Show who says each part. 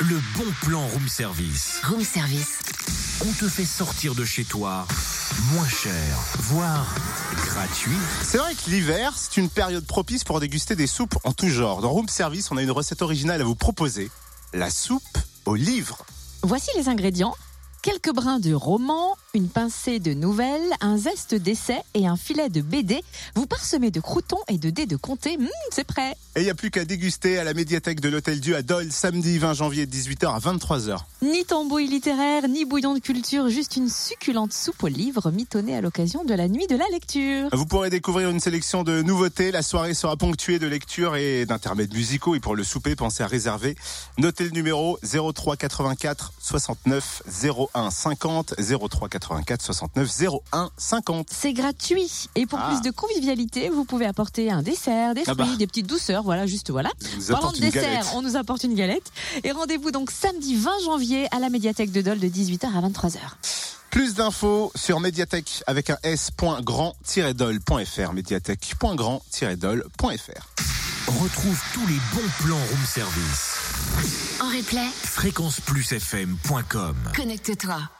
Speaker 1: Le bon plan room service.
Speaker 2: Room service.
Speaker 1: On te fait sortir de chez toi moins cher, voire gratuit.
Speaker 3: C'est vrai que l'hiver, c'est une période propice pour déguster des soupes en tout genre. Dans Room Service, on a une recette originale à vous proposer. La soupe aux livres.
Speaker 4: Voici les ingrédients. Quelques brins de roman, une pincée de nouvelles, un zeste d'essai et un filet de BD. Vous parsemez de croutons et de dés de comté. Hum, c'est prêt.
Speaker 3: Et il n'y a plus qu'à déguster à la médiathèque de l'Hôtel Dieu à Dole, samedi 20 janvier de 18h à 23h.
Speaker 4: Ni tambouille littéraire, ni bouillon de culture, juste une succulente soupe aux livres mitonnée à l'occasion de la nuit de la lecture.
Speaker 3: Vous pourrez découvrir une sélection de nouveautés. La soirée sera ponctuée de lectures et d'intermèdes musicaux. Et pour le souper, pensez à réserver. Notez le numéro 03 84 69 01 50 03 84 69 01 50.
Speaker 4: C'est gratuit et pour
Speaker 3: Ah.
Speaker 4: plus de convivialité, vous pouvez apporter un dessert, des
Speaker 3: Ah
Speaker 4: fruits,
Speaker 3: bah.
Speaker 4: des petites douceurs, voilà, juste voilà.
Speaker 3: Je vous
Speaker 4: Parlant
Speaker 3: apporte
Speaker 4: de
Speaker 3: une
Speaker 4: dessert,
Speaker 3: galette.
Speaker 4: on nous apporte une galette. Et rendez-vous donc samedi 20 janvier à la médiathèque de Dole de 18h à 23h.
Speaker 3: Plus d'infos sur médiathèque avec un s.grand-dol.fr. Médiathèque.grand-dol.fr.
Speaker 1: Retrouve tous les bons plans room service.
Speaker 2: En replay,
Speaker 1: Fréquenceplusfm.com
Speaker 2: connecte-toi.